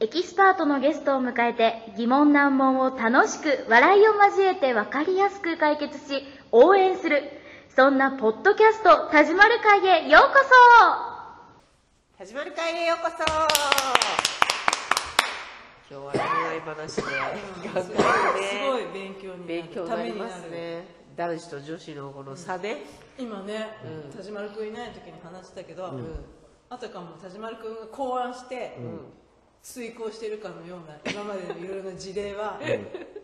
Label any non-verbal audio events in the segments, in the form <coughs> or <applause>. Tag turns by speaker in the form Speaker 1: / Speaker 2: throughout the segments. Speaker 1: エキスパートのゲストを迎えて疑問難問を楽しく笑いを交えて分かりやすく解決し応援するそんなポッドキャスト「田島る会」へようこそ
Speaker 2: 始まる会へようこそ今日は恋愛話で考
Speaker 3: す
Speaker 2: え
Speaker 3: ご
Speaker 2: るね
Speaker 3: い勉強になる
Speaker 2: 勉強に
Speaker 3: た
Speaker 2: な
Speaker 3: め
Speaker 2: り
Speaker 3: にな
Speaker 2: ま
Speaker 3: る
Speaker 2: すね男子と女子のこの差ね、
Speaker 3: 今ね、田島るくんいない時に話してたけど、あたかも田島るくんが考案して、遂行してるかのような今までのいろいろな事例は、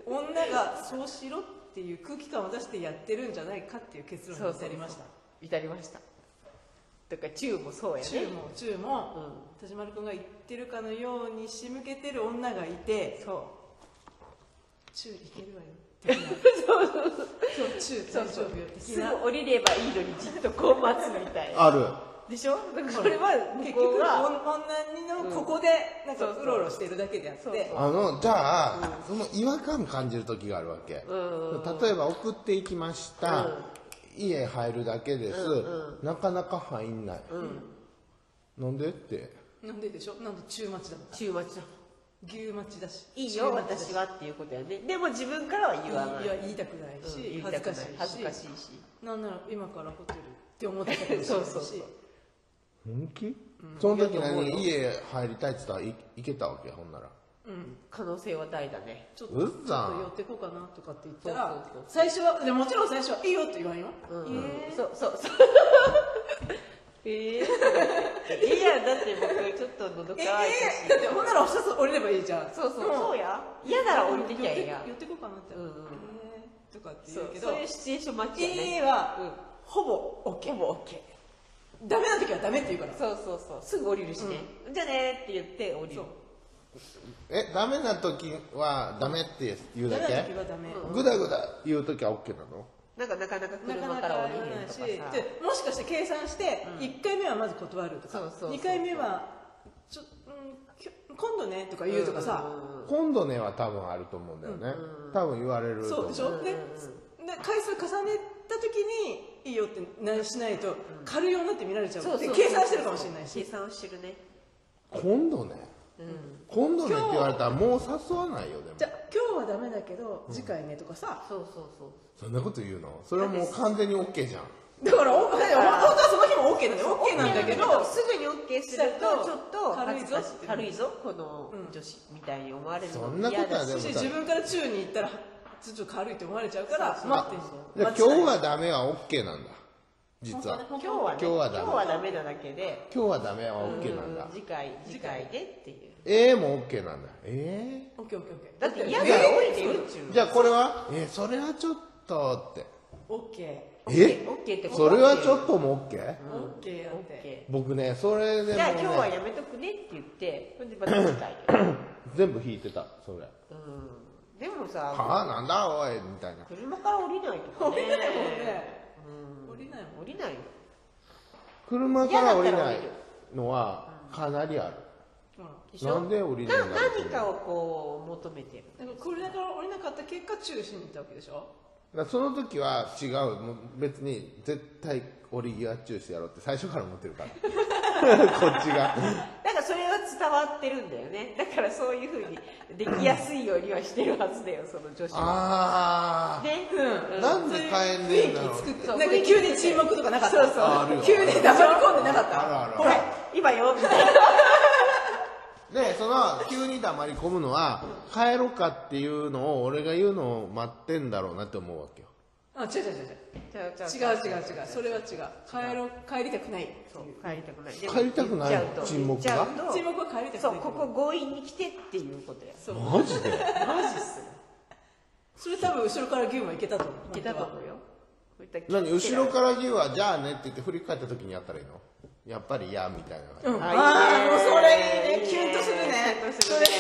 Speaker 3: 女がそうしろっていう空気感を出してやってるんじゃないかっていう結論に至りました
Speaker 2: 至りましただから中もそうやね
Speaker 3: 中も中も、田島るくんが言ってるかのように仕向けてる女がいて
Speaker 2: そ
Speaker 3: 中いけるわよ的な今日中大丈夫よ
Speaker 2: う
Speaker 3: 的
Speaker 2: すぐ
Speaker 3: な
Speaker 2: 降りればいいのにじっとこう待つみたいな
Speaker 4: ある
Speaker 2: でしょだからこれは
Speaker 3: 結
Speaker 2: 向
Speaker 3: 局
Speaker 2: こうが
Speaker 3: 女のここでなんかうろうろしてるだけであって
Speaker 2: そうそう
Speaker 4: あのじゃあ、その違和感感じる時があるわけ、例えば送っていきました、家入るだけです、なかなか入んない、なんでって
Speaker 3: なんででしょなんで中待ちだもん
Speaker 2: 中待ちだ
Speaker 3: 牛待ちだし
Speaker 2: いいよ
Speaker 3: 中待ちだ
Speaker 2: 私
Speaker 3: し
Speaker 2: はっていうことやねでも自分からは言わない
Speaker 3: いや言いたくない
Speaker 2: うん
Speaker 3: し、
Speaker 2: 言い
Speaker 3: 恥
Speaker 2: た
Speaker 3: ず
Speaker 2: くな
Speaker 3: か
Speaker 2: い
Speaker 3: し
Speaker 2: 恥ず
Speaker 3: いし
Speaker 2: かしいし
Speaker 3: なんなら今からホテルって思ってたかもしれないし
Speaker 2: そうそうそう
Speaker 4: 本気、その時
Speaker 2: いやと思うよ
Speaker 4: 何家入りたいって言ったらい行けたわけほんなら
Speaker 2: 可能性は大だね
Speaker 3: ちょっと
Speaker 4: うっ
Speaker 3: ちょっと
Speaker 4: ざん
Speaker 3: 寄ってこうかなとかって言ったら
Speaker 2: そうそうそう
Speaker 3: 最初はでもちろん最初はいいよって言わんよ、え
Speaker 2: そうそうそう <laughs> ええいやだって僕ちょっと喉
Speaker 3: ええ
Speaker 2: 乾いたし、
Speaker 3: えだってほんならおしゃ降りればいいじゃん
Speaker 2: そうそう
Speaker 3: も
Speaker 2: そうや嫌なら降りてきゃいい
Speaker 3: 寄っ
Speaker 2: や
Speaker 3: て寄ってこうかなって、
Speaker 2: うんうん
Speaker 3: えーとかって
Speaker 2: そ
Speaker 3: 言う
Speaker 2: う
Speaker 3: けど
Speaker 2: そういうシチュエーション待ちやね、
Speaker 3: ええは、
Speaker 2: うん
Speaker 3: ほぼ OK
Speaker 2: ほぼ OK
Speaker 3: ダメな時はダメって言うから
Speaker 2: そうそうそうすぐ降りるしね、じゃあねって言って降りる
Speaker 3: そう
Speaker 4: えダメな時はダメって言う
Speaker 3: ダ
Speaker 4: だ
Speaker 3: メな
Speaker 4: け
Speaker 3: 時はダメ、
Speaker 4: グダグダ言う時は OK なの
Speaker 2: なんかなかなか
Speaker 3: なか
Speaker 2: 車
Speaker 3: な
Speaker 2: か
Speaker 3: から
Speaker 2: 降
Speaker 3: 言わ
Speaker 2: り
Speaker 3: な
Speaker 2: る
Speaker 3: い
Speaker 2: と
Speaker 3: し
Speaker 2: かさ
Speaker 3: でもしかして計算して1回目はまず断ると
Speaker 2: そう
Speaker 3: か
Speaker 2: そうそう
Speaker 3: 2回目はちょ、うん、きょ今度ねとか言うとかさ、
Speaker 4: 今度ねは多分あると思うんだよね、多分言われると
Speaker 3: そう
Speaker 4: 思
Speaker 3: でしょ、でで回数重ねた時にいいよってなしないと軽いようになって見られちゃう
Speaker 2: そうそう
Speaker 3: で計算してるかもしれないし
Speaker 2: 計算をしてるね
Speaker 4: 今度ね、今度ねって言われたらもう誘わないよでも
Speaker 3: じゃあ今日はダメだけど次回ねとかさ、
Speaker 2: そうそうそう
Speaker 4: そんなこと言うのそれはもう完全に OK じゃん
Speaker 3: だからおだから本当はその日も OK なんだよ OK なんだけど
Speaker 2: すぐに OK するとちょっと恥ずかしい軽
Speaker 3: 軽
Speaker 2: いぞこの女子みたいに思われるの
Speaker 4: そんなことは
Speaker 2: 嫌だし
Speaker 4: でも
Speaker 3: そして自分から宙に行ったらちょっと軽いって思われちゃうから待ってん
Speaker 4: じゃあ
Speaker 3: の
Speaker 4: 今日はダメは OK なんだ実は
Speaker 2: 今日はね
Speaker 4: 今日はダメ
Speaker 2: 今日はダメなだけで
Speaker 4: 今日はダメは OK なんだ
Speaker 2: うん次回次回でっていう
Speaker 4: ええも OK なんだえ
Speaker 3: オッケーオッケーオッケー
Speaker 2: だって嫌なら降りてるっちゅう
Speaker 4: え
Speaker 2: の
Speaker 4: じゃあこれはえそれはちょっとって
Speaker 3: オッケ
Speaker 4: え
Speaker 2: OK ってこと
Speaker 4: それはちょっとも OK?
Speaker 3: ーオッケーやって
Speaker 2: OK
Speaker 4: 僕ねそれでも、
Speaker 2: じゃあ今日は
Speaker 4: ね、
Speaker 2: やめとくねって言ってほんでまた次
Speaker 4: <laughs>
Speaker 2: 回で
Speaker 4: 全部引いてたそれは
Speaker 2: うんでもさ
Speaker 4: あなんだおいみたいな
Speaker 2: 車から降りないとか
Speaker 3: 降
Speaker 2: ね
Speaker 3: りないもんね降りないもん
Speaker 2: 降りないよ
Speaker 4: 車から降りないのはかなりある
Speaker 3: ほら
Speaker 2: でしょ
Speaker 4: なんで降りない
Speaker 2: なん
Speaker 4: だろう
Speaker 2: 何かをこう求めてる
Speaker 3: だからこれだから降りなかった結果注意しに行ったわけでしょ
Speaker 4: だからその時は違うもう別に絶対折り際中止やろうって最初から思ってる <laughs> からこっちが
Speaker 2: だからそれは伝わってるんだよねだからそういうふうにできやすいようにはしてるはずだよその女子は
Speaker 4: あ
Speaker 2: ね
Speaker 4: あなんで帰んねえんだろう
Speaker 3: 作って
Speaker 2: そ
Speaker 3: な
Speaker 2: うん
Speaker 3: か急に沈黙とかなかった
Speaker 2: そうそう
Speaker 4: あるよ
Speaker 3: 急に黙り込んでなかった
Speaker 4: あるある
Speaker 3: ほら
Speaker 2: 今
Speaker 3: <laughs>
Speaker 2: よみたいな
Speaker 4: でその急に黙り込むのは帰ろうかっていうのを俺が言うのを待ってんだろうなって思うわけよ
Speaker 3: あ違う違う違う違う違う違う違うそれは違う帰ろう帰りたくない
Speaker 2: そう帰りたくない
Speaker 4: 帰りたくないの
Speaker 2: でも言っちゃうと
Speaker 4: 沈黙
Speaker 2: 言っちゃうと
Speaker 3: 沈
Speaker 4: が
Speaker 3: 黙は帰りたくない
Speaker 2: そうここ強引に来てっていうことや
Speaker 3: そう
Speaker 4: マジで
Speaker 2: マジっす
Speaker 3: それ多分後ろから牛もいけたと思う
Speaker 2: いけたと思うよ
Speaker 4: 何後ろから言うはじゃあねって言って振り返った時にやったらいいのやっぱり嫌みたいな、
Speaker 3: うん
Speaker 2: あ
Speaker 3: あ
Speaker 2: いいね
Speaker 3: あもうそれいいねキュンとするね
Speaker 2: キュンとす
Speaker 3: そ
Speaker 2: る
Speaker 3: れ
Speaker 2: ね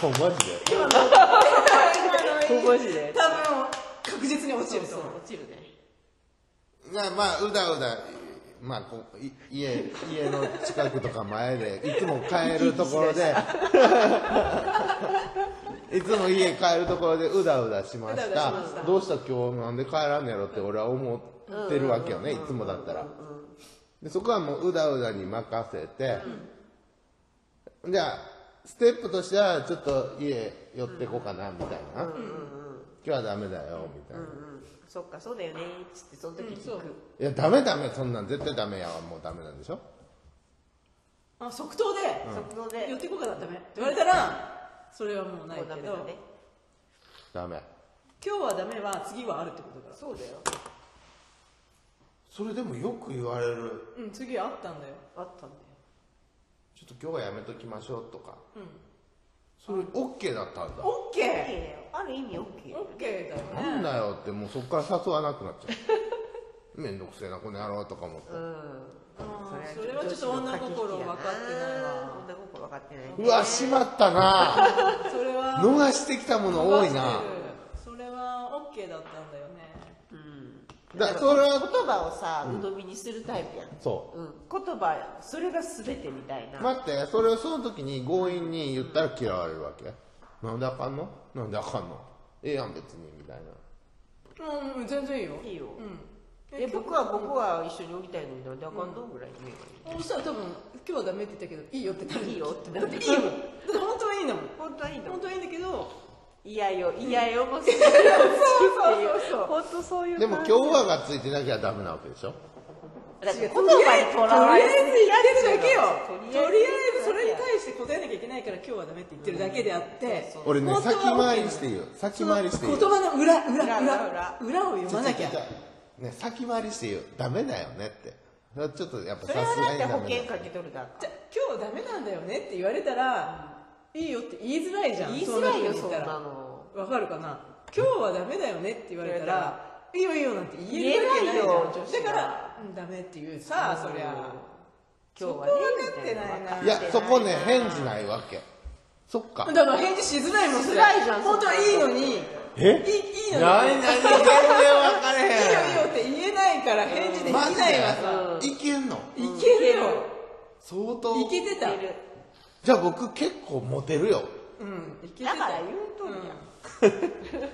Speaker 3: 素晴らしい
Speaker 4: おマジで
Speaker 2: マジで
Speaker 3: 多分確実に落ちると
Speaker 2: そう
Speaker 3: 思う
Speaker 2: 落ちるね
Speaker 4: なまあうだうだまあこうい家家の近くとか前でいつも帰るとこ
Speaker 3: <laughs>
Speaker 4: ろでいつも家帰るところでうだうだしました
Speaker 3: うだうだしました
Speaker 4: どうした今日なんで帰らんのやろって俺は思ってるわけよねいつもだったらでそこはもううだうだに任せて、じゃあステップとしてはちょっと家寄ってこうかなみたいな、今日はダメだよみたい
Speaker 2: う
Speaker 4: な、
Speaker 2: んそっかそうだよねつってその時聞く、
Speaker 4: いやダメダメそんなん絶対ダメやわもうダメなんでしょ
Speaker 3: あ即答で、
Speaker 2: 即答で
Speaker 3: 寄ってこうかなダメって言われたらそれはもうない
Speaker 2: もうダ
Speaker 3: け
Speaker 2: メ
Speaker 3: ど、
Speaker 2: だね
Speaker 4: ダメ
Speaker 3: 今日はダメは次はあるってことだから
Speaker 2: そうだよ
Speaker 4: それでもよく言われる
Speaker 3: うん次はあったんだよ
Speaker 2: あったんだよ
Speaker 4: ちょっと今日はやめときましょうとか、それ OK だったんだ
Speaker 3: オッケ
Speaker 2: OK
Speaker 3: ー
Speaker 2: だよある意味 OK
Speaker 3: オッケーだよ
Speaker 4: なん
Speaker 3: ね
Speaker 4: だよってもうそっから誘わなくなっちゃ
Speaker 2: <laughs>
Speaker 4: うめんどくせえなこの野郎とか思って、
Speaker 3: あーそれはちょっと女心分かってないわ
Speaker 2: 女心分かってないう
Speaker 4: わしまった
Speaker 2: <laughs>
Speaker 4: な
Speaker 3: それは
Speaker 4: 逃してきたもの多いな
Speaker 3: それはオッケーだったんだよね
Speaker 4: だからそれは
Speaker 2: 言葉をさ鵜呑みにするタイプやん、
Speaker 4: そう
Speaker 2: うん、言葉それが全てみたいな、
Speaker 4: 待ってそれをその時に強引に言ったら嫌われるわけなんであかんのなんであかんのええやん別にみたいな
Speaker 3: うんうん全然いいよ
Speaker 2: いいよ
Speaker 3: うん
Speaker 2: え僕は僕は一緒に降りたいのになんであかんのぐらいに言えばいい
Speaker 3: そしたら多分今日はダメって言ったけどいいよってなる
Speaker 2: いいよってなる
Speaker 3: <laughs> だっていいよだって本当はいいんだもん
Speaker 2: 本当はいいんだも
Speaker 3: 本
Speaker 2: ん
Speaker 3: 当はいいんだけど
Speaker 2: いやよいやよもうそう
Speaker 3: そうそうそう
Speaker 2: 本当そういう
Speaker 4: でも今日はがついてなきゃダメなわけでしょ
Speaker 2: だって言葉にとらわれ
Speaker 3: とりあえず言ってるだけよとりあえずそれに
Speaker 2: して
Speaker 3: 対して答えなきゃいけないから今日はダメって言ってるだけであって
Speaker 4: 俺ね
Speaker 3: 本当は
Speaker 4: 先回りして言う先回りして言う
Speaker 3: 言葉の裏裏
Speaker 2: 裏裏
Speaker 3: 裏裏を読まなきゃ
Speaker 4: ちょちょちょね先回りして言うダメだよねってそれはちょっとやっぱ
Speaker 2: それ
Speaker 4: さ
Speaker 2: は
Speaker 4: すが
Speaker 2: だっ
Speaker 4: に
Speaker 2: て
Speaker 4: ダ
Speaker 2: 保
Speaker 4: メ
Speaker 2: 険
Speaker 4: だ
Speaker 2: かけとるだか
Speaker 3: じゃ今日ダメなんだよねって言われたら、いいよって言いづらいじゃん
Speaker 2: 言いづらいよ
Speaker 3: そ
Speaker 2: そ
Speaker 3: ん
Speaker 2: ん
Speaker 3: な
Speaker 2: な
Speaker 3: 風に言ったら
Speaker 2: の
Speaker 3: わかるかな今日はダメだよねって言われた
Speaker 2: 言わ
Speaker 3: らいいよいいよなんて言えるわけないじゃん
Speaker 2: 言えないよ女子
Speaker 3: だ
Speaker 2: は
Speaker 3: から、うんダメって言うさあ、そりゃ
Speaker 2: 今日は
Speaker 3: そ
Speaker 2: ね
Speaker 3: こ分かってないない
Speaker 4: やそこね返事ないわけそっか
Speaker 3: だから返事しづらいもん
Speaker 2: し
Speaker 3: それ
Speaker 2: づらいじゃん
Speaker 3: 本当はいいのにいいいいの
Speaker 4: え
Speaker 3: に
Speaker 4: ない
Speaker 3: いい
Speaker 4: な
Speaker 3: よ
Speaker 4: い全然分かれ
Speaker 3: いいよ
Speaker 4: へん
Speaker 3: って言えないから返事でき
Speaker 4: マジで
Speaker 3: ないわさ、
Speaker 4: いけんの
Speaker 3: いけるよ
Speaker 4: 相当
Speaker 3: いけてた
Speaker 2: 言ってる
Speaker 4: じゃあ僕結構モテるよ
Speaker 3: うんいけて
Speaker 2: だ
Speaker 3: た
Speaker 2: から言うとんやん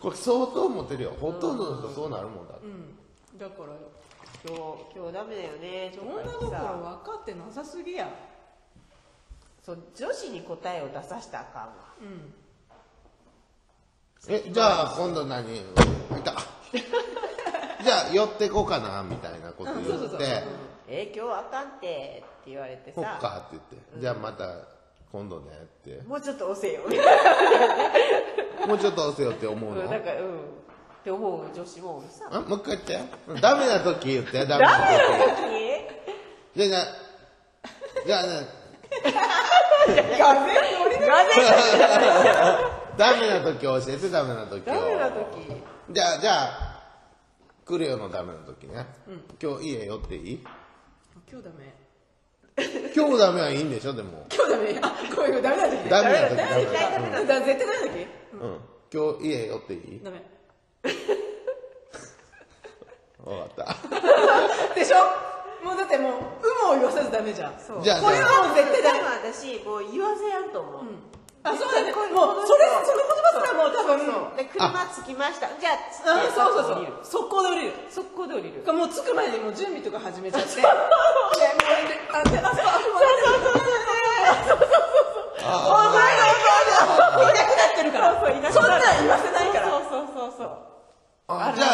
Speaker 4: これ相当モテるよほとんどの人そうなるもんだって
Speaker 3: うんだから
Speaker 2: 今日今日ダメだよねと
Speaker 3: 女
Speaker 2: か
Speaker 3: 心分
Speaker 2: さ
Speaker 3: かってなさすぎや
Speaker 2: そう女子に答えを出さしたらあかんわ
Speaker 3: うん
Speaker 4: えじゃあ今度何い
Speaker 3: <laughs>
Speaker 4: たじゃあ寄ってこうかなみたいなこと言
Speaker 3: うんそうそう
Speaker 4: っ
Speaker 3: そう
Speaker 4: て
Speaker 2: え今日はあかんってって言われて
Speaker 4: そっ
Speaker 2: さ
Speaker 4: かって言ってじゃあまた今度ねって
Speaker 2: もうちょっと押
Speaker 3: <laughs>
Speaker 2: せよ
Speaker 4: もうちょっと押せよって思う
Speaker 2: うん
Speaker 4: の
Speaker 2: なんかうんって思う女子もさ
Speaker 4: あもう一回言ってダメな時言ってダメ
Speaker 2: ダ
Speaker 4: な
Speaker 2: メな時
Speaker 4: 時じゃあじゃあじゃあね
Speaker 2: ガゼン乗りガゼン
Speaker 4: ダメな時教えてダメな時を
Speaker 2: ダメな時
Speaker 4: じゃあじゃあ来るよのダメな時ね、今日家寄っていい
Speaker 3: 今日ダメ
Speaker 4: 今日ダメはいいんでしょでも
Speaker 3: 今日ダメ <laughs> あこういうダメな時
Speaker 4: ダメな
Speaker 3: ダ
Speaker 4: 時
Speaker 3: メだ
Speaker 4: ダメ
Speaker 3: ダメだ絶対ダメな時
Speaker 4: うん今日家寄っていい
Speaker 3: ダメ
Speaker 4: わかっ
Speaker 3: でしょもうだってもう有無を言わさずダメじゃん
Speaker 2: そ
Speaker 4: た
Speaker 2: う
Speaker 4: じゃあじ
Speaker 3: これ
Speaker 4: ゃあ
Speaker 3: はもう絶対ダメ
Speaker 2: 多分私もう言わせやんと思う、
Speaker 3: あそうだね
Speaker 2: 絶対こういう
Speaker 3: もう
Speaker 2: この人
Speaker 3: それその言葉すらもう多分
Speaker 2: そうで車つきましたじゃあ
Speaker 3: うんそうそうそう速攻で降りる
Speaker 2: そう速攻で降りる
Speaker 3: もう着く前にもう準備とか始めちゃってでもうあであそうあそうあそうあそうあそうあそうお前がお
Speaker 4: あ
Speaker 3: 前がいなくなってるから
Speaker 2: そうそういなくなる
Speaker 3: そんなん言わせないから
Speaker 2: そうそうそうそう
Speaker 4: あじゃ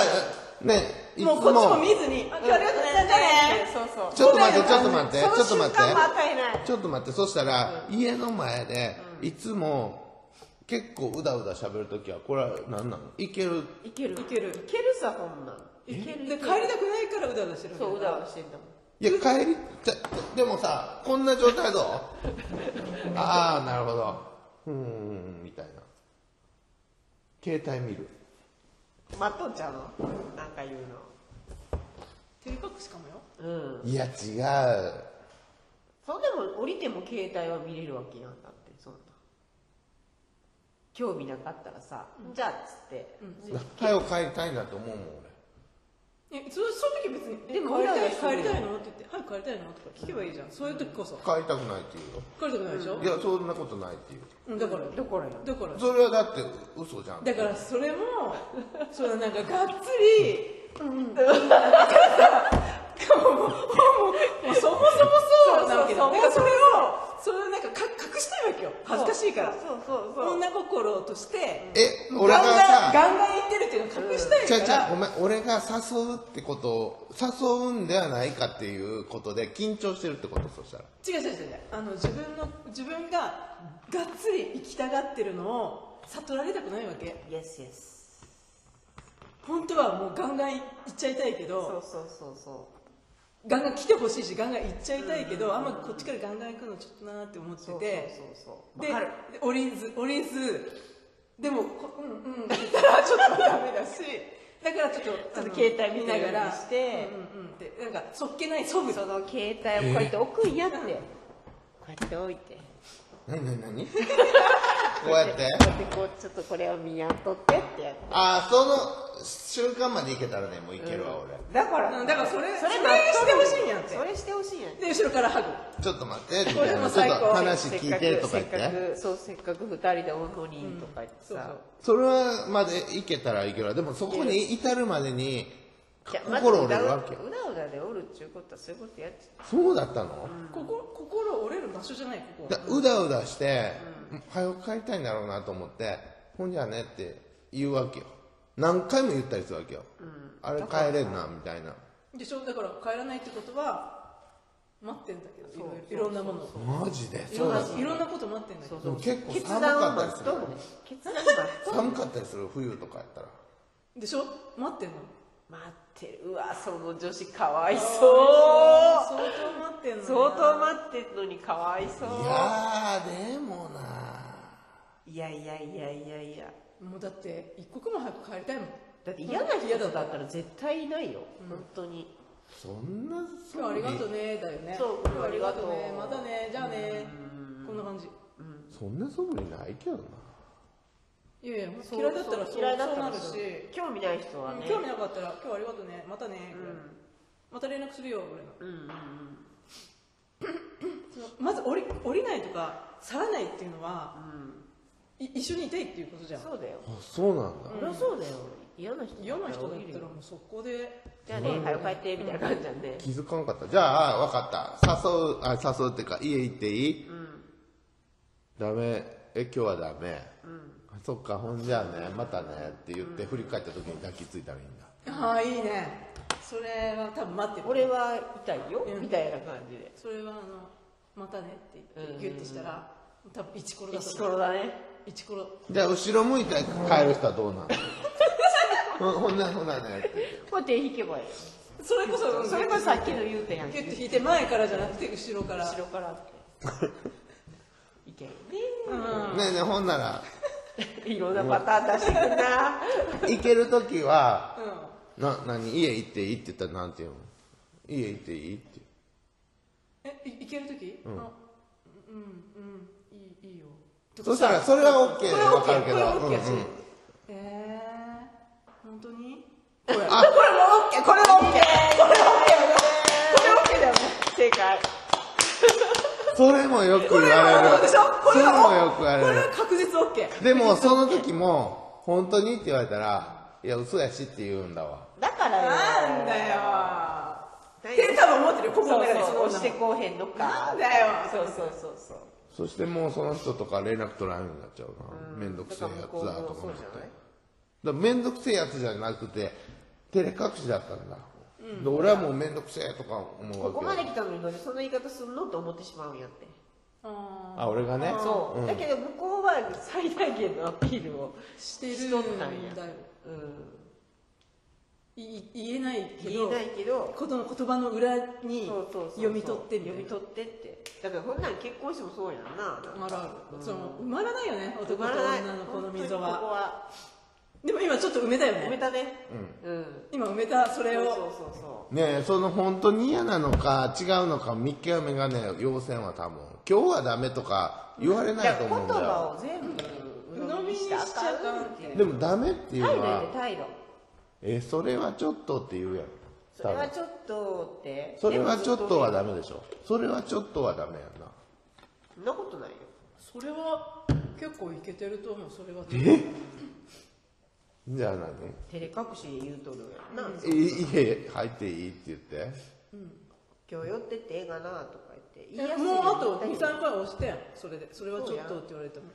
Speaker 4: あねいつ
Speaker 3: もうこっちも見ずにあ今日ありがとうございました
Speaker 2: そうそう
Speaker 4: ちょっと待ってちょっと待ってちょっと待って
Speaker 2: その瞬間も与えない
Speaker 4: ちょっと待ってそしたら、家の前でいつも結構うだうだしゃべる時はこれは何なのいける
Speaker 2: いけるいけるいけるさこんなんいける
Speaker 3: で帰りたくないからうだうだしてるわけ
Speaker 2: そううだうだしてんだもん
Speaker 4: いや帰りちゃでもさこんな
Speaker 3: <laughs>
Speaker 4: 状態どうああなるほどうーんみたいな携帯見る
Speaker 2: 待っとんちゃうのなんか言う
Speaker 3: 照れ隠しかもよ
Speaker 2: のうん
Speaker 4: いや違う
Speaker 2: そんでも降りても携帯は見れるわけやんだってそんな興味なかったらさ、じゃあっつって、
Speaker 4: 早く帰りたいんだと思うもん
Speaker 3: えそその時別に「え
Speaker 2: でも
Speaker 3: 帰りたい
Speaker 2: 裏は
Speaker 3: 帰りたいの?」って言って「はい帰りたいの?」とか聞けばいいじゃんそういう時こそ
Speaker 4: 俺帰りたくないって
Speaker 3: 帰りたくないでしょ
Speaker 4: 言うよいやそんなことないって言う
Speaker 3: うんだから
Speaker 2: どこらよ
Speaker 3: だから
Speaker 4: それはだって嘘じゃん
Speaker 3: だからそれもそうなんかがっつりうんうんだからさもうもうもうもうそもそもそうなんだけ
Speaker 2: そうそうそう
Speaker 3: どなんかそれをそれをなんかか隠したいわけよ恥ずかしいから
Speaker 2: そうそうそう
Speaker 3: 女心として
Speaker 4: え俺
Speaker 3: ガ
Speaker 4: が
Speaker 3: ンガン
Speaker 4: さ
Speaker 3: ガンガン言ってるっていうのを隠
Speaker 4: <laughs>
Speaker 3: したい
Speaker 4: ちゃうち
Speaker 3: から
Speaker 4: ゃうごめん俺が誘うってことを誘うんではないかっていうことで緊張してるってことそしたら
Speaker 3: 違う違う違う違うあの自分の自分ががっつり行きたがってるのを悟られたくないわけ
Speaker 2: イエスイエス
Speaker 3: 本当はもうガンガン行っちゃいたいけ
Speaker 2: そう
Speaker 3: ど
Speaker 2: そうそうそう
Speaker 3: ガンガン来てほしいしガンガン行っちゃいたいけどあんまこっちからガンガン行くのちょっとなーって思って
Speaker 2: そうそう
Speaker 3: て
Speaker 2: そうそう
Speaker 3: で
Speaker 2: わかる
Speaker 3: で降りず降りずでもこうん
Speaker 2: <laughs>
Speaker 3: うんって言ったらちょっとダメだしだからちょっ
Speaker 2: ち
Speaker 3: と
Speaker 2: ょっと
Speaker 3: あの
Speaker 2: 携帯見なが
Speaker 3: 見なが
Speaker 2: ら
Speaker 3: ら
Speaker 2: して
Speaker 3: うんうんってなんかそっけないそぶ
Speaker 2: その携帯をこうやって置くんやって、こうやって置いて
Speaker 4: 何何何 <laughs> こうやって
Speaker 2: こうやってこうちょっとこれを見やっとってってやって
Speaker 4: ああその瞬間までいけたらねもういけるわ、俺
Speaker 2: だから
Speaker 3: うんだからそれ
Speaker 2: それ
Speaker 3: それしてほしいんやって
Speaker 2: それしてほしいんやって
Speaker 3: で後ろからハグ
Speaker 4: ちょっと待ってみ
Speaker 3: こ
Speaker 4: た
Speaker 3: れ
Speaker 4: い
Speaker 3: も
Speaker 4: なちょっ
Speaker 3: 最高
Speaker 4: と話聞いてとか言っ
Speaker 2: せっか
Speaker 4: て
Speaker 2: くそうせっかく二人でおのにとか言って
Speaker 3: そう
Speaker 2: さ、
Speaker 4: それはまでいけたらいけるわでもそこに至るまでに
Speaker 2: いや
Speaker 4: 心折れるわけ
Speaker 2: まずうだうだうだうだでおるっちゅうことはそういうことやっちゃ
Speaker 4: そうだったの、
Speaker 3: ここ心折れる場所じゃないここ
Speaker 4: だうだうだして、早く帰りたいんだろうなと思ってほんじゃねって言うわけよ何回も言ったりするわけよ、あれ帰れんなみたいな
Speaker 3: でしょだから帰らないってことは待ってんだけどいろいろいろんなものを
Speaker 4: マジで
Speaker 3: いろんな
Speaker 4: だ
Speaker 3: いろんなこと待ってんだけ
Speaker 2: う
Speaker 3: ど
Speaker 4: でも結構
Speaker 2: 決
Speaker 4: 寒
Speaker 2: 断を
Speaker 4: かった
Speaker 2: 待
Speaker 4: り
Speaker 2: つ
Speaker 4: す
Speaker 2: と
Speaker 4: る
Speaker 2: るね決断を待つとる
Speaker 4: 寒かったりする冬とかやったら
Speaker 3: でしょ待ってんの
Speaker 2: 待ってるうわその女子かわいそう
Speaker 3: 相当待ってんのね
Speaker 2: 相当待ってるのにかわいそう
Speaker 4: いやーでもない
Speaker 2: やいやいやいやいや
Speaker 3: もうだって一刻も早く帰りたいもん
Speaker 2: だって嫌な人だったら絶対いないよ、本当に
Speaker 4: そんな
Speaker 3: 今日ありがとうねだよね
Speaker 2: そう
Speaker 3: 今日ありがとう
Speaker 2: あり
Speaker 3: ね
Speaker 2: が
Speaker 3: ま
Speaker 2: とう
Speaker 3: たねじゃあねこんな感じ
Speaker 4: そんなそぶりないけどない
Speaker 3: やいや嫌いだったらそう
Speaker 2: 嫌いだったら
Speaker 3: そうなるし
Speaker 2: 興味ない人はね
Speaker 3: 興味なかったら今日ありがとうねまたねぐらいまた連絡するよ俺の
Speaker 2: うんうんうん
Speaker 3: <coughs> そのまず降り降りないとか去らないっていうのは
Speaker 2: うん
Speaker 3: い一緒にいたいっていうことじゃん
Speaker 2: そうだよ
Speaker 4: あそうなんだ
Speaker 2: そりゃそうだよ嫌な人
Speaker 3: 嫌な人
Speaker 2: 多
Speaker 3: だ
Speaker 2: い
Speaker 3: っ
Speaker 2: よ
Speaker 3: たらもう速攻で
Speaker 2: じゃあね早く帰ってみたいな感じじゃんね
Speaker 4: 気づかんかったじゃあ分かった誘うあ誘うっていうか家行っていい、ダメえ今日はダメ、あそっかほんじゃあねまたねって言って振り返った時に抱きついたらいいんだ
Speaker 3: ああいいねそれは多分待ってる
Speaker 2: 俺は痛いよ
Speaker 3: うん
Speaker 2: みたいな感じで
Speaker 3: それはあのまたねって言って
Speaker 2: うん
Speaker 3: ギュッてしたら多分イチコロだ
Speaker 2: 石ころだね
Speaker 3: イチコロ
Speaker 4: じゃあ後ろ向いて帰る人はどうな
Speaker 3: <laughs>
Speaker 4: のほんほんなほんなねって言って
Speaker 2: こうやって引けばいい
Speaker 3: それこそ
Speaker 2: それこそさっきの言うてんやん
Speaker 3: ギュ
Speaker 2: 後
Speaker 3: ッて引いて前からじゃなくて後ろから
Speaker 2: ろからって <laughs> いけんね
Speaker 4: ねえねえほんなら
Speaker 2: いろんなパターン出してくんな
Speaker 4: 行ける時は
Speaker 3: うん
Speaker 4: な何家行っていいって言ったらなんて言うの家行っていいって
Speaker 3: えい行ける時うんうんうんいいいいよ
Speaker 4: そしたらそれは OK で分かるけ
Speaker 3: こ
Speaker 4: ど
Speaker 3: れは OK やし
Speaker 4: うんうん
Speaker 3: えー本当に
Speaker 4: あ
Speaker 2: これもオッケーこれもオッケーこれオッケーこれオッケーだよね正解
Speaker 4: それもよく言われる
Speaker 3: でしょこ
Speaker 4: そ
Speaker 3: れ
Speaker 4: れも
Speaker 3: は
Speaker 4: よく言わ
Speaker 3: こ
Speaker 4: れ
Speaker 3: れ
Speaker 4: る
Speaker 3: は確実 OK
Speaker 4: でもその時も本当にって言われたらいや嘘やしって言うんだわ
Speaker 2: だからよ
Speaker 3: なんだよ
Speaker 2: 何
Speaker 3: って多分思ってるよこ
Speaker 2: そう
Speaker 3: こまで
Speaker 2: そう
Speaker 3: その
Speaker 2: 押してこうへんのか
Speaker 3: なんだよ
Speaker 2: そうそうそうそう
Speaker 4: そしてもうその人とか連絡取らんようになっちゃうな面倒くせえやつだとか
Speaker 2: だから向こうもそ
Speaker 4: 思
Speaker 2: う
Speaker 4: っ
Speaker 2: じ
Speaker 4: て
Speaker 2: ゃない
Speaker 4: だから面倒くせえやつじゃなくて照れ隠しだったんだ、で俺はもう面倒くせえとか思うわけ
Speaker 2: こ
Speaker 4: よ
Speaker 2: こまで来たのになんでその言い方すんのって思ってしまうんやって
Speaker 3: あ
Speaker 4: あ俺がね
Speaker 2: そう、
Speaker 4: ん
Speaker 2: だけど向こうは最大限のアピールを
Speaker 3: ーして
Speaker 2: し
Speaker 3: る
Speaker 2: とっ
Speaker 3: んだ
Speaker 2: たん
Speaker 3: よ
Speaker 2: やうん
Speaker 3: い言えないけ
Speaker 2: 言え
Speaker 3: ど
Speaker 2: ないけど
Speaker 3: この言葉の裏に
Speaker 2: そうそうそう
Speaker 3: 読み取ってみたい
Speaker 2: 読み
Speaker 3: な
Speaker 2: 取ってってだからこんなん結婚してもそうやんな
Speaker 3: あるあるその埋まらないよね男と女の子の
Speaker 2: 本
Speaker 3: 溝
Speaker 2: 当にここ
Speaker 3: は
Speaker 2: は
Speaker 3: でも今ちょっと埋めたよ
Speaker 2: 埋め
Speaker 3: ね
Speaker 2: たねうん
Speaker 3: 今埋めたそ
Speaker 2: そ
Speaker 3: れ
Speaker 2: う
Speaker 3: を
Speaker 2: そうそうそ
Speaker 4: ねえその本当に嫌なのか違うのか見極めがね要せんは多分今日はダメとか言われ
Speaker 2: う
Speaker 4: ないい
Speaker 2: や
Speaker 4: と
Speaker 2: 言
Speaker 4: 思うんだよ
Speaker 2: 葉を全部鵜呑みにしちゃあかんっていう
Speaker 4: でもダメっていう
Speaker 2: 態
Speaker 4: の
Speaker 2: 度やで
Speaker 4: は、
Speaker 2: 態度
Speaker 4: え、それはちょっとって言うやん。
Speaker 2: そ
Speaker 4: 多
Speaker 2: れは
Speaker 4: 分
Speaker 2: ちょっとって
Speaker 4: それはちょっとは
Speaker 2: だ
Speaker 4: ダメでしょ。それはちょっとはダメやんな。
Speaker 2: そんなことないよ
Speaker 3: それは結構いけてると思うそれは
Speaker 4: えじゃあ何
Speaker 2: 照れ隠しで言うとるやんな、
Speaker 4: えいえ、入っていいって言って。
Speaker 2: 今日寄ってってええがなとか言って言い
Speaker 3: え
Speaker 2: やすい
Speaker 3: もう
Speaker 2: よ
Speaker 3: あと
Speaker 2: 言
Speaker 3: 23
Speaker 2: いたい
Speaker 3: 回押してんそれでそれはちょっとって言われても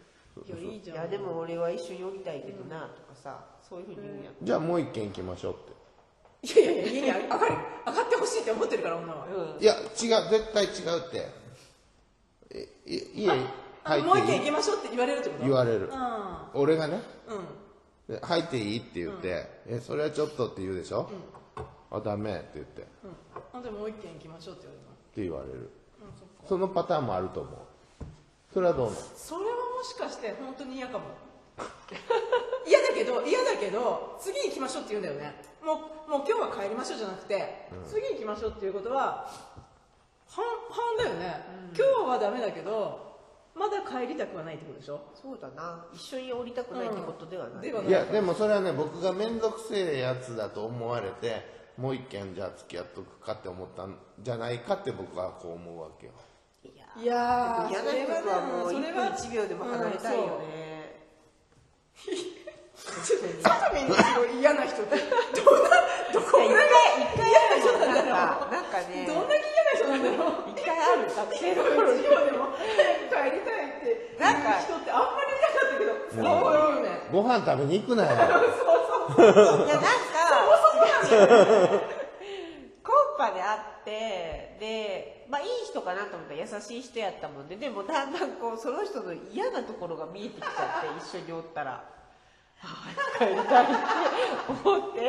Speaker 3: いやいいじゃ
Speaker 2: い
Speaker 3: ん
Speaker 2: やでも俺は一緒に寄りたいけどなとかさそういうふうに言うんや
Speaker 4: じゃあもう一軒行きましょうって
Speaker 3: いやいやいや家に上がる上がってほしいって思ってるから女は、
Speaker 4: いや、違う、絶対違うって。えい家
Speaker 3: あ
Speaker 4: 入
Speaker 3: もう一
Speaker 4: って
Speaker 3: 軒
Speaker 4: いい
Speaker 3: 行きましょうって言われるってこと
Speaker 4: 言われる。
Speaker 3: あ
Speaker 4: 俺がね、
Speaker 3: あうん
Speaker 4: で入っていいって言って、え、それはちょっとって言うでしょ、あ、ダメって言って、って
Speaker 3: うんあでももう一軒行きましょうって言われたの
Speaker 4: 言われる。そのパターンもあると思う。それはどうなの
Speaker 3: それはもしかして本当に嫌かも <laughs> 嫌だけど嫌だけど次行きましょうって言うんだよねもうもう今日は帰りましょうじゃなくて、次行きましょうっていうことは半半だよね、今日はダメだけどまだ帰りたくはないってことでしょ
Speaker 2: そうだな一緒に降りたくないってことではない、
Speaker 3: ではない
Speaker 4: いや、でもそれはね、僕が面倒くせえやつだと思われて、もう一軒じゃあ付き合っとくかって思ったんじゃないかって僕はこう思うわけよ。
Speaker 2: いや
Speaker 3: いや
Speaker 2: 嫌な人とはもう
Speaker 3: そ
Speaker 2: 1
Speaker 3: れは
Speaker 2: 分1秒でも離れたいよね、
Speaker 3: さとみんのすごい嫌な人ってどんなどこ
Speaker 2: 一
Speaker 3: ん
Speaker 2: 回
Speaker 3: なが
Speaker 2: 一回ある
Speaker 3: 嫌な人なんだ
Speaker 2: なん
Speaker 3: ろ
Speaker 2: かなんか
Speaker 3: う
Speaker 2: ね
Speaker 3: どんだけ嫌な人なんだろう
Speaker 2: 一回ある学生の頃に
Speaker 3: 一応でも早く帰りたいって
Speaker 2: なんか
Speaker 3: 人ってあんまりいなかったけどそう思うよね
Speaker 4: ご飯食べに行くなよ。
Speaker 2: <laughs> いやなんかコンパで会ってでまあいい人かなと思ったら優しい人やったもんででもだんだんこうその人の嫌なところが見えてきちゃって一緒におったらああ帰りたいって思って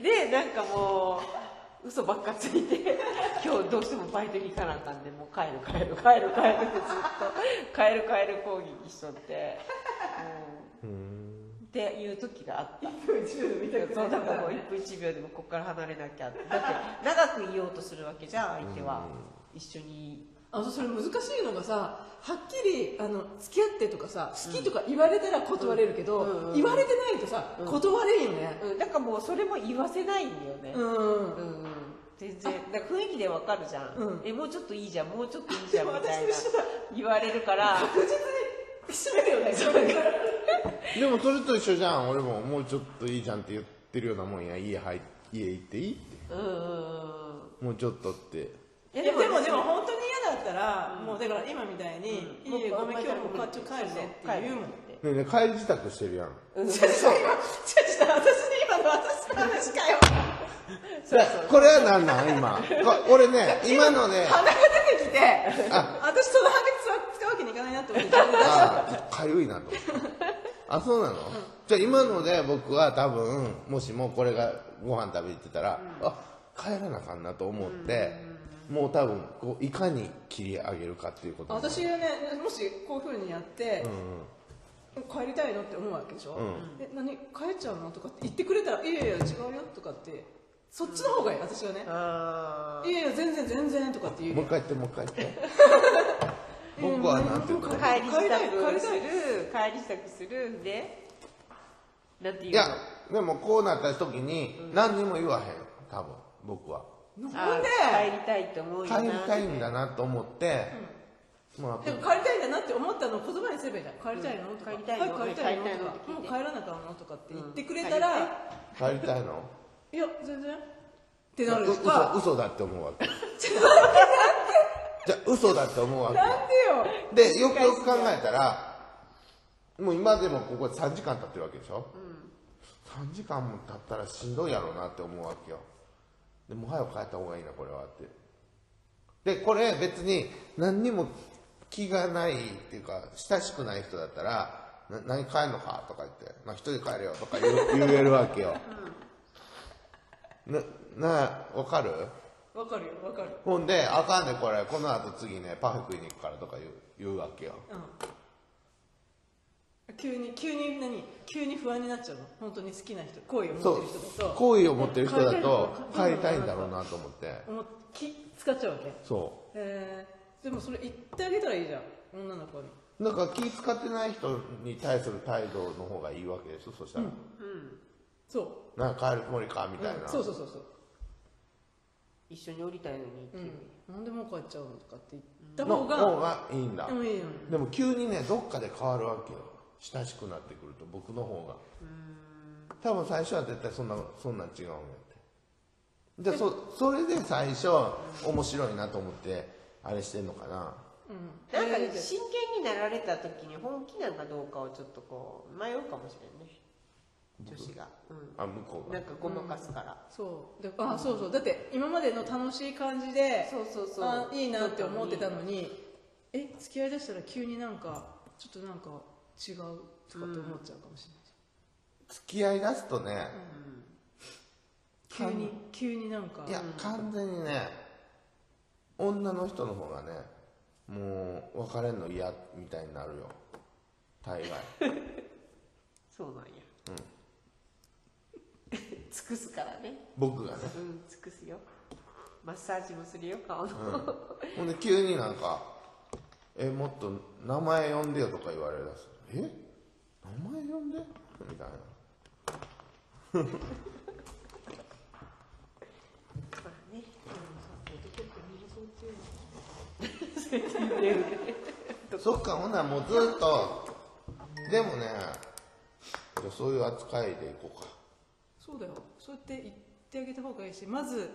Speaker 2: でなんかもう嘘ばっかついて今日どうしてもバイトに行かなあかんでもう帰る帰る帰る帰るってずっと帰る帰る攻撃しとって、うん、っていう時があった。
Speaker 3: 見たく
Speaker 2: そ
Speaker 3: な
Speaker 2: う
Speaker 3: い
Speaker 2: だ
Speaker 3: か
Speaker 2: から
Speaker 3: ら
Speaker 2: もう1分1秒でもここから離れなきゃってだって長くいようとするわけじゃん相手は一緒に
Speaker 3: あのそれ難しいのがさはっきりあの付き合ってとかさ好きとか言われたら断れるけど、
Speaker 2: うんうん
Speaker 3: 言われてないとさ、断れんよね
Speaker 2: うんだからもうそれも言わせないんだよね
Speaker 3: うん、
Speaker 2: うんうん全然だから雰囲気でわかるじゃん、
Speaker 3: うん
Speaker 2: えもうちょっといいじゃんもうちょっといいじゃんみ
Speaker 3: でも
Speaker 2: たいな
Speaker 3: 私と一緒だ
Speaker 2: 言われる
Speaker 3: <laughs>
Speaker 2: から
Speaker 3: 確実に締めるよね
Speaker 4: でもそれと一緒じゃん。俺ももうちょっといいじゃんって言ってるようなもんや。家入っ家行っていいって。
Speaker 2: うんうんうん
Speaker 4: もうちょっとって。
Speaker 2: いや
Speaker 3: いやでも
Speaker 2: ね
Speaker 3: でも本当に嫌だったら、もうだから今みたいに「
Speaker 2: うん
Speaker 3: いいよごめん
Speaker 2: もう
Speaker 3: 今
Speaker 2: 帰
Speaker 3: 日
Speaker 2: ったら
Speaker 3: もうちょっと帰るね」って言うも
Speaker 2: 帰るね
Speaker 3: ん
Speaker 4: ねえねえ帰り自宅してるやん。
Speaker 2: うん
Speaker 3: ちょっと今ちょっと私の今の私の話かよ
Speaker 4: でこれは何なん今。こ俺ね、今
Speaker 2: <laughs>
Speaker 4: のね、
Speaker 3: 鼻が出てきて私そのハゲ使うわけにいかないなと思って自分で
Speaker 4: ああ、かゆいなと思って。あ、そうなの、じゃあ今ので僕は多分、もしもこれがご飯食べに行ってたら、あ、帰らなあかんなと思って、もう多分、こう、いかに切り上げるかっていうこと。
Speaker 3: 私がねもしこういうふうにやって、帰りたいのって思うわけでしょ、
Speaker 4: う
Speaker 3: え何帰っちゃうのとかって言ってくれたら「いやいや違うよ」とかってそっちの方がいい私はね
Speaker 2: あ
Speaker 3: 「いやいや全然全然」とかって言う
Speaker 4: もう
Speaker 3: よ
Speaker 4: 一回言って、もう一回言って。僕はなんて言う
Speaker 2: ー
Speaker 4: の
Speaker 2: 帰り支
Speaker 3: 帰りたい
Speaker 2: 度
Speaker 3: 帰り
Speaker 2: す
Speaker 3: た
Speaker 2: る
Speaker 3: い
Speaker 2: 帰り支度するでなんて言うの
Speaker 4: いや、でもこうなった時に、何にも言わへん。多分、僕は。
Speaker 3: なんで
Speaker 2: あー帰りたいと思うよな
Speaker 4: 帰りたいんだなと思って、ま
Speaker 3: でも帰りたいんだなって思ったのを言葉にすればいいじゃん帰りたいのとか
Speaker 2: 帰りたいの
Speaker 3: はい帰りたいの
Speaker 2: 帰りたいの
Speaker 3: と
Speaker 2: って聞
Speaker 3: か
Speaker 2: い
Speaker 3: もう
Speaker 2: て
Speaker 3: 帰らなかんのとかって言ってくれたら、
Speaker 2: うん
Speaker 4: あ、帰りたいの
Speaker 3: いや全然ってなる
Speaker 4: う
Speaker 3: とか
Speaker 4: 嘘嘘だって思うわ
Speaker 3: <laughs>
Speaker 4: けじゃあ嘘だって思うわ
Speaker 3: なんでよ
Speaker 4: けでよくよく考えたらもう今でもここで3時間経ってるわけでしょ、3時間も経ったらしんどいやろうなって思うわけよでもはよ帰った方がいいなこれはってでこれ別に何にも気がないっていうか親しくない人だったら「な何帰んのか?」とか言って「まあ、一人で帰れよ」とか言う言えるわけよ、ななあわかる
Speaker 3: わかるよわかる
Speaker 4: ほんで、あかんね、これ、この後次ね、パフェ食いに行くからとか言う言うわけよ。
Speaker 3: うん急に急に何急に不安になっちゃうの本当に好きな人好意を持
Speaker 4: そ
Speaker 3: っ
Speaker 4: う
Speaker 3: てる人だ、と
Speaker 4: 好意を持ってる人だと、帰
Speaker 3: 帰
Speaker 4: り
Speaker 3: り
Speaker 4: た
Speaker 3: た
Speaker 4: い
Speaker 3: い
Speaker 4: ん
Speaker 3: ん
Speaker 4: だ
Speaker 3: だ
Speaker 4: ろ
Speaker 3: ろ
Speaker 4: う
Speaker 3: う
Speaker 4: なと思って。
Speaker 3: 思っ気使っちゃうわけ
Speaker 4: そ
Speaker 3: えー、でもそれ言ってあげたらいいじゃん女の子に
Speaker 4: う。なんか気使ってない人に対する態度の方がいいわけでしょ、そしたら。
Speaker 3: そ
Speaker 4: なんか帰るつもりか、み
Speaker 3: う、
Speaker 4: たいな。
Speaker 3: うんそうそうそうそう
Speaker 2: 一緒に降りたいのにっていうう、
Speaker 3: んなんでもう帰っちゃうのとかって言った
Speaker 4: の
Speaker 3: 方
Speaker 4: 方
Speaker 3: が
Speaker 4: がいいんだ
Speaker 3: う。んいいよ
Speaker 4: でも急にね、どっかで変わるわけよ。親しくなってくると、僕の方が。多分最初は絶対そんな、そんなん違うんやって。でそそれで最初面白いなと思ってあれしてんのかな
Speaker 2: なんかね真剣になられた時に本気なのかどうかをちょっとこう迷うかもしれんね女子が、う、
Speaker 4: あ向こうん
Speaker 2: な
Speaker 4: が
Speaker 2: んかごまかすから、
Speaker 3: そうであそうそうだって今までの楽しい感じで
Speaker 2: そうそうそう
Speaker 3: あいいなって思ってたのにえ付き合いだしたら急になんかちょっとなんか違うとかって思っちゃうかもしれないじ
Speaker 4: 付き合いだすとね、
Speaker 3: ゃん、急に急になんか
Speaker 4: いや、完全にね女の人の方がねもう別れんの嫌みたいになるよ大概
Speaker 2: そうなんや、 <laughs> 尽くすからね
Speaker 4: 僕がね
Speaker 2: うん尽くすよマッサージもするよ顔の、
Speaker 4: ほんで急になんか「えもっと名前呼んでよ」とか言われだす「え名前呼んで?」みたいな
Speaker 2: まあね、でもさ、男ってみんなそう強いの。言うね。
Speaker 4: そっかほんならもうずっとでもねじゃあそういう扱いでいこうか
Speaker 3: そうだよそうやって言ってあげた方がいいしまず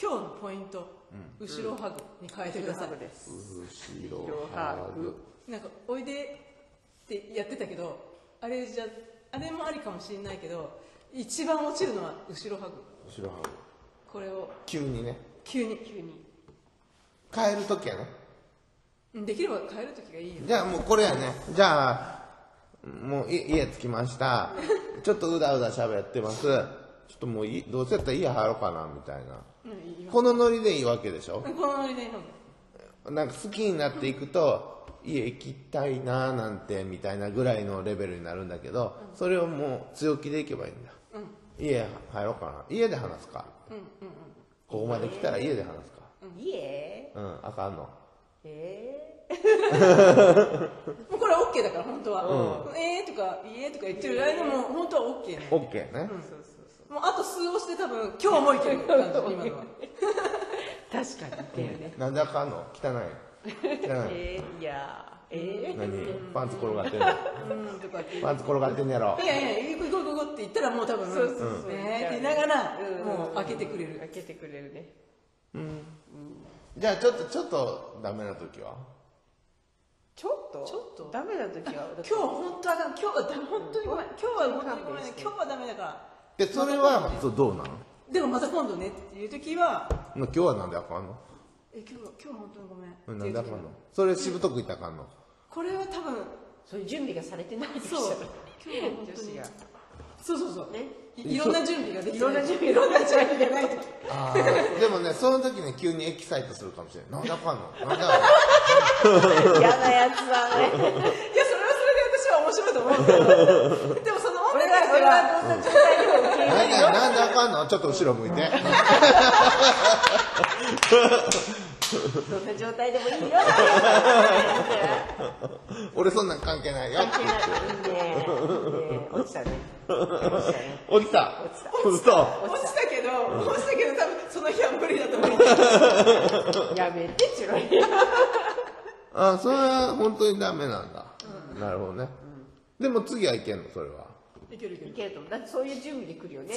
Speaker 3: 今日のポイント、後ろハグに変えてください、
Speaker 2: です。
Speaker 4: 後
Speaker 2: ろ
Speaker 4: ろ
Speaker 2: ハ
Speaker 4: ハ
Speaker 2: グ
Speaker 4: グ
Speaker 3: なんか「おいで」ってやってたけどあれじゃあれもありかもしれないけど一番落ちるのは後ろハグ
Speaker 4: 後ろハグ
Speaker 3: これを
Speaker 4: 急にね
Speaker 3: 急に
Speaker 2: 急に。
Speaker 4: 帰る時やね
Speaker 3: うんできれば帰る時がいいよ
Speaker 4: じゃあもうこれやねじゃあもうい家着きましたちょっとうだうだしゃべってますちょっともういどうせやったら家入ろうかなみたいな
Speaker 3: うんいいよ
Speaker 4: このノリでいいわけでしょ
Speaker 3: このノリでいいの
Speaker 4: なんか好きになっていくと家行きたいなーなんてみたいなぐらいのレベルになるんだけどそれをもう強気でいけばいいんだ、家入ろうかな家で話すか、ここまで来たら家で話すか
Speaker 2: いえ。
Speaker 4: うんあかんの
Speaker 2: え
Speaker 3: もうこれ OK だから本当は「えー」とか「いいえ」とか言ってる間も本当は OK ね
Speaker 4: OK ね、
Speaker 2: ー、そうそうそう。
Speaker 3: もうあと数押して多分今日もいける感じ今 <laughs> のは
Speaker 2: 確かに。だよね。
Speaker 4: なんであかんの汚い汚
Speaker 2: <laughs>
Speaker 4: い
Speaker 2: えー、いやー。えー。
Speaker 4: 何パンツ転が <laughs> ってんの
Speaker 3: うんとかって
Speaker 4: パンツ転がってんねやろ
Speaker 3: いやいや、行こう行こう行こうって言ったらもう多分、
Speaker 2: そうそうそう
Speaker 3: ねって言いながら、
Speaker 2: うん
Speaker 3: もう開けてくれる。
Speaker 2: 開けてくれるね。
Speaker 4: じゃあちょっとちょっとダメな時は
Speaker 2: ちょっと。
Speaker 3: ちょっと
Speaker 2: ダメな時は。
Speaker 3: 今日本当はダメ、今日はダメ、本当にごめん、今日は本当にごめんね、今日はダメだから。
Speaker 4: でそれはそうどうなの
Speaker 3: でもまた今度ねっていう時は、
Speaker 4: 今日はなんであかんの
Speaker 3: え、今日、今日は本当にごめんって
Speaker 4: う
Speaker 3: い
Speaker 4: ん
Speaker 3: う時は。
Speaker 4: なんであかんのそれしぶとくいったらあかんの
Speaker 3: これは多分、
Speaker 2: そういう準備がされてないでしょ。
Speaker 3: <laughs> そう。今日は本
Speaker 2: 女
Speaker 3: 当
Speaker 2: 子
Speaker 3: に
Speaker 2: が。。
Speaker 3: <laughs> そうそうそう。
Speaker 2: ね
Speaker 3: いいろんな準備ができて
Speaker 2: いろんな準備
Speaker 3: いろんな準備がない時。
Speaker 4: あー <laughs> でもねその時ね急にエキサイトするかもしれないなんであかん <laughs> のなんであかんの
Speaker 2: 嫌なやつだね。
Speaker 3: いや、それはそれで私は面白いと思うけど。でもその音楽
Speaker 2: 俺
Speaker 3: が
Speaker 2: は、俺はどんな状態でも受け入れる
Speaker 4: なんでなんであかんのちょっと後ろ向いて
Speaker 2: どんな状態でもいいよ。
Speaker 4: 俺そんなん関係ない <laughs> よ
Speaker 2: 関係ない。いいね。いいね落ちたね。落ちたね。
Speaker 4: 落ちた
Speaker 2: 落ちた
Speaker 4: 嘘
Speaker 3: 落ちたけど、落ちたけど多分その日は無理だと思う。
Speaker 2: やめて、チロリ。
Speaker 4: あそれは本当にダメなんだ、なるほどね、でも次はいけんのそれはい
Speaker 3: けるいけ
Speaker 2: い
Speaker 3: る。
Speaker 2: けると思う。だってそういう準備で来るよね。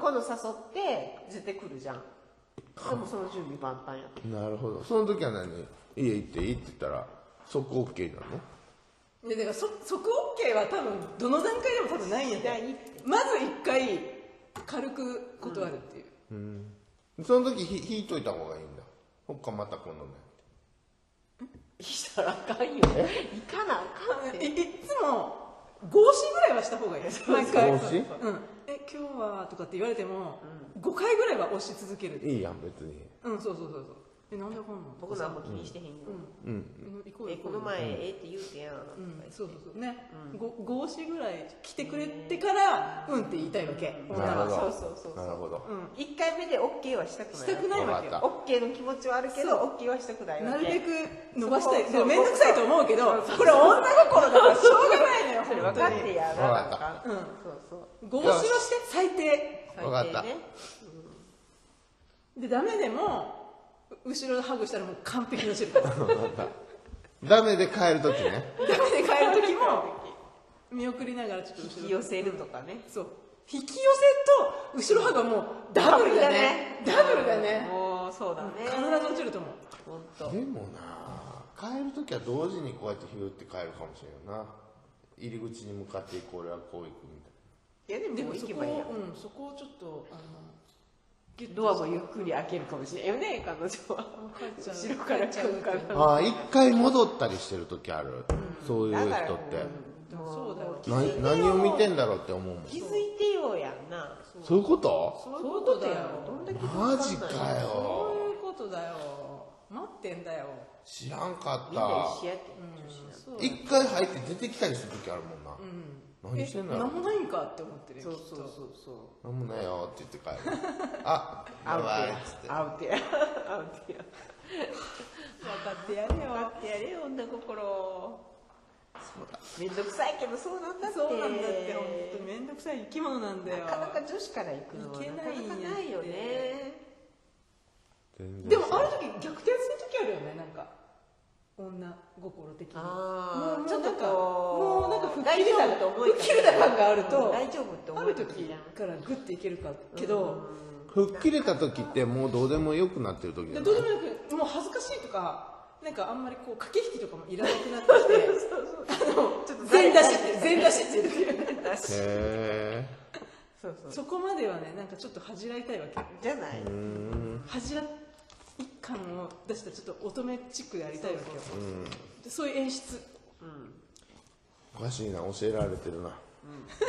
Speaker 2: 今度誘って、絶対来るじゃん。でもその準備万端やと。
Speaker 4: なるほどその時は何家行っていいって言ったら即 OK なの
Speaker 3: でだからそ即 OK は多分どの段階でも多分ないんや
Speaker 2: しな
Speaker 3: で
Speaker 2: い
Speaker 3: まず一回軽く断るっていう、
Speaker 4: その時ひ引いといた方がいいんだほっかまた今度ね
Speaker 2: したらあかんよ。行かなあかんっ
Speaker 3: い
Speaker 2: て。
Speaker 3: いつも合詞ぐらいはした方がいいです毎回
Speaker 4: 合詞
Speaker 3: うん、え今日はとかって言われても、5回ぐらいは押し続ける
Speaker 4: いいやん別に
Speaker 3: うんそうそうそうそうえなんでこんなん
Speaker 2: 僕のあんま気にしてへんよ。
Speaker 3: うん行こう
Speaker 2: え、
Speaker 3: よ
Speaker 2: この前、ええって言うてやん。
Speaker 3: うん、そうそうそうね、ご合詞ぐらい来てくれてから、うんって言いたいわけ女
Speaker 4: なる
Speaker 3: は
Speaker 4: ほど
Speaker 2: そうそうそうそう
Speaker 4: なるほど、
Speaker 2: 1回目で OK はしたくない。
Speaker 3: したくないわけよ
Speaker 4: わかっ
Speaker 2: OK の気持ちはあるけど、OK はしたくないわ
Speaker 3: な
Speaker 2: け。
Speaker 3: るべ
Speaker 2: く。
Speaker 3: く伸ばしたい
Speaker 2: そう
Speaker 3: で
Speaker 2: そう
Speaker 3: も面倒くさいと思うけどこれ女心だからしょうがないのよ
Speaker 2: それ分
Speaker 3: 本当
Speaker 2: かっ
Speaker 3: に
Speaker 2: てやらなあかん。
Speaker 3: うん
Speaker 2: そうそう。
Speaker 3: 合詞はして最低
Speaker 4: わかっ
Speaker 2: 最
Speaker 4: た
Speaker 2: 低ね
Speaker 3: でダメでもう後ろでハグしたらもう完璧に落ちるからダ
Speaker 4: ダメで帰る時ね
Speaker 3: メで帰る時も見送りながらちょっと
Speaker 2: 引き
Speaker 3: 後ろ
Speaker 2: 寄せるとかね。
Speaker 3: そう引き寄せと後ろ歯がもうダブルだねダブルだね
Speaker 2: もうそうだね
Speaker 3: 必ず落ちると思う
Speaker 2: 本当
Speaker 4: でもな帰るときは同時にこうやってヒューって帰るかもしれんよな入り口に向かっていこう俺はこう行くみ
Speaker 2: いやでも
Speaker 3: でも
Speaker 2: 行
Speaker 3: そ
Speaker 2: け
Speaker 3: こ
Speaker 2: ばいいやん
Speaker 3: をうんそこをちょっとあのギュッと
Speaker 2: ドアもゆっくり開けるかもしれないよね彼女は
Speaker 3: 帰っちゃう
Speaker 2: 後ろから来るから
Speaker 4: たいなああ一回戻ったりしてるときある、そういう人って
Speaker 2: うんも
Speaker 3: そうだよ
Speaker 4: な何を見てんだろうって思うもん
Speaker 2: 気づいてようやんな
Speaker 4: そういうこと
Speaker 3: そ
Speaker 2: そ
Speaker 3: う
Speaker 2: うい
Speaker 3: い
Speaker 2: うう
Speaker 3: こ
Speaker 2: ことと
Speaker 3: だ
Speaker 2: だ
Speaker 3: よ
Speaker 2: よどんだけ
Speaker 4: マジか
Speaker 3: そう
Speaker 4: よ
Speaker 3: いうことだよ待ってんだよ
Speaker 4: 知らんか
Speaker 2: みんな
Speaker 4: っ
Speaker 2: 一緒やって
Speaker 3: そう
Speaker 4: た一回入って出てきたりするときあるもんな、何してんだ
Speaker 3: え
Speaker 4: ろ
Speaker 3: 何
Speaker 4: う
Speaker 3: もないんかって思ってる
Speaker 2: そ
Speaker 3: よ
Speaker 2: う
Speaker 3: きっと
Speaker 2: そうそうそう
Speaker 4: 何もないよって言
Speaker 2: <laughs>
Speaker 4: って帰るあ
Speaker 2: ア
Speaker 4: や
Speaker 2: ウト
Speaker 4: ばいっ
Speaker 2: や
Speaker 4: つって
Speaker 2: アウトやアウトや
Speaker 3: 分かってやれよ
Speaker 2: 分かってやれよ女心そうだめんどくさいけどそうなんだって
Speaker 3: そうなんだって本当面倒くさい生き物なんだよ
Speaker 2: なかなか女子から行くのは
Speaker 3: 行け
Speaker 2: な
Speaker 3: ない
Speaker 2: か
Speaker 3: んや
Speaker 2: なかないよね
Speaker 4: 全然
Speaker 3: でもある時逆転する時あるよねなんか女心的に
Speaker 2: あー
Speaker 3: もう
Speaker 2: ちょっと
Speaker 3: なんか
Speaker 2: こ
Speaker 3: もう
Speaker 2: う
Speaker 3: なんか吹っ切
Speaker 2: 大
Speaker 3: れ
Speaker 2: 丈夫
Speaker 3: た
Speaker 2: と思い
Speaker 3: 吹っ切れた感があると、
Speaker 2: うん大丈夫って思
Speaker 3: あ
Speaker 2: え
Speaker 3: る
Speaker 2: た
Speaker 3: 時
Speaker 2: 時じゃん
Speaker 3: からグッていけるかけど、
Speaker 4: 吹っ切れた時ってもうどうでもよくなってる時
Speaker 3: で
Speaker 4: だ
Speaker 3: どうでもよくもう恥ずかしいとかなんかあんまりこう駆け引きとかもいらなくなってきてあのちょっと全出しって全出しって言ってる
Speaker 4: へ
Speaker 2: そうそう
Speaker 3: そこまではねなんかちょっと恥じらいたいわけ
Speaker 2: じゃない
Speaker 4: えうーん
Speaker 3: 恥じらい感を出したちょっと乙女チックでやりたいわけよそうそういう演出
Speaker 4: おかしいな教えられてるな、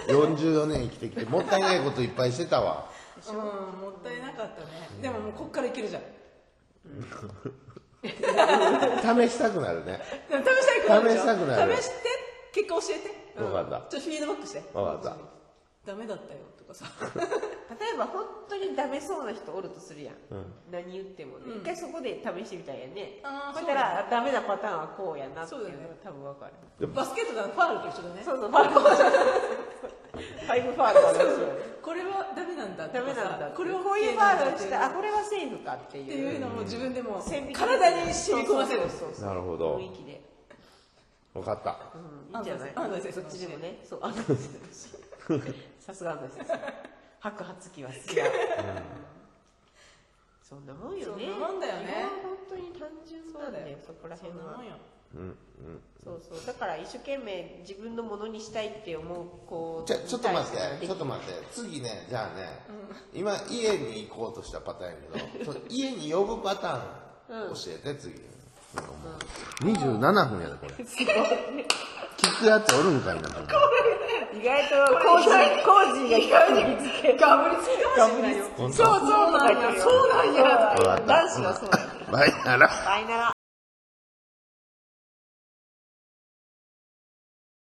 Speaker 4: 44年生きてきてもったいないこといっぱいしてたわ
Speaker 3: うんもったいなかったね、でももうこっからいけるじゃん
Speaker 4: 試したくな
Speaker 2: <laughs>
Speaker 4: るね
Speaker 3: でも試したくなるでしょ
Speaker 4: 試したくなる
Speaker 3: 試して結果教えて
Speaker 4: わかった
Speaker 3: ちょっとフィードバックして
Speaker 4: わかっ
Speaker 3: ダメだったよとかさ <laughs>
Speaker 2: 例えば本当にダメそうな人おるとするやん、何言ってもね、一回そこで試してみたいやね
Speaker 3: あー
Speaker 2: だからダメなパターンはこうやなっていうの
Speaker 3: そうだ
Speaker 2: が
Speaker 3: ね
Speaker 2: 多分わかる
Speaker 3: バスケットだファールと一緒だね
Speaker 2: そうそうファールファイブファールだ
Speaker 3: これはダメなんだとか
Speaker 2: ダ
Speaker 3: さ
Speaker 2: メなんだ
Speaker 3: これは
Speaker 2: こういうファールをしてあこれはセーフかって
Speaker 3: って
Speaker 2: いう
Speaker 3: いうのも自分でも
Speaker 2: 線引き
Speaker 3: 体に染み込ませる
Speaker 2: そうそうそう
Speaker 4: なるほど
Speaker 2: 雰囲気で、
Speaker 4: 分かった
Speaker 2: うん、いいんじゃない
Speaker 3: 安西先生
Speaker 2: どっちでもねそう安西先生さすが安西先生白髪期は好きだ、そんなもんよね
Speaker 3: そんなもんだよね
Speaker 2: 基本本当に単純なんだよそこら
Speaker 3: そ
Speaker 2: 辺
Speaker 3: んな
Speaker 2: は
Speaker 3: もんよ
Speaker 4: うん
Speaker 2: そうそうだから一生懸命自分のものにしたいって思うこう
Speaker 4: じゃちょっと待ってちょっと待って次ねじゃあね、今家に行こうとしたパターンやけどその家に呼ぶパターン教えて次、なんかもう27分やでこれ
Speaker 2: すごい
Speaker 4: 聞くやつおるんかいなと思う
Speaker 2: 意外とコージーコージーがガブリつけ
Speaker 3: ガブリつきかもしれないよ
Speaker 4: 本当
Speaker 3: そうそうなんやそうなんや
Speaker 4: わかった
Speaker 2: 男子はそうだ
Speaker 4: バイナラ
Speaker 2: バイナラ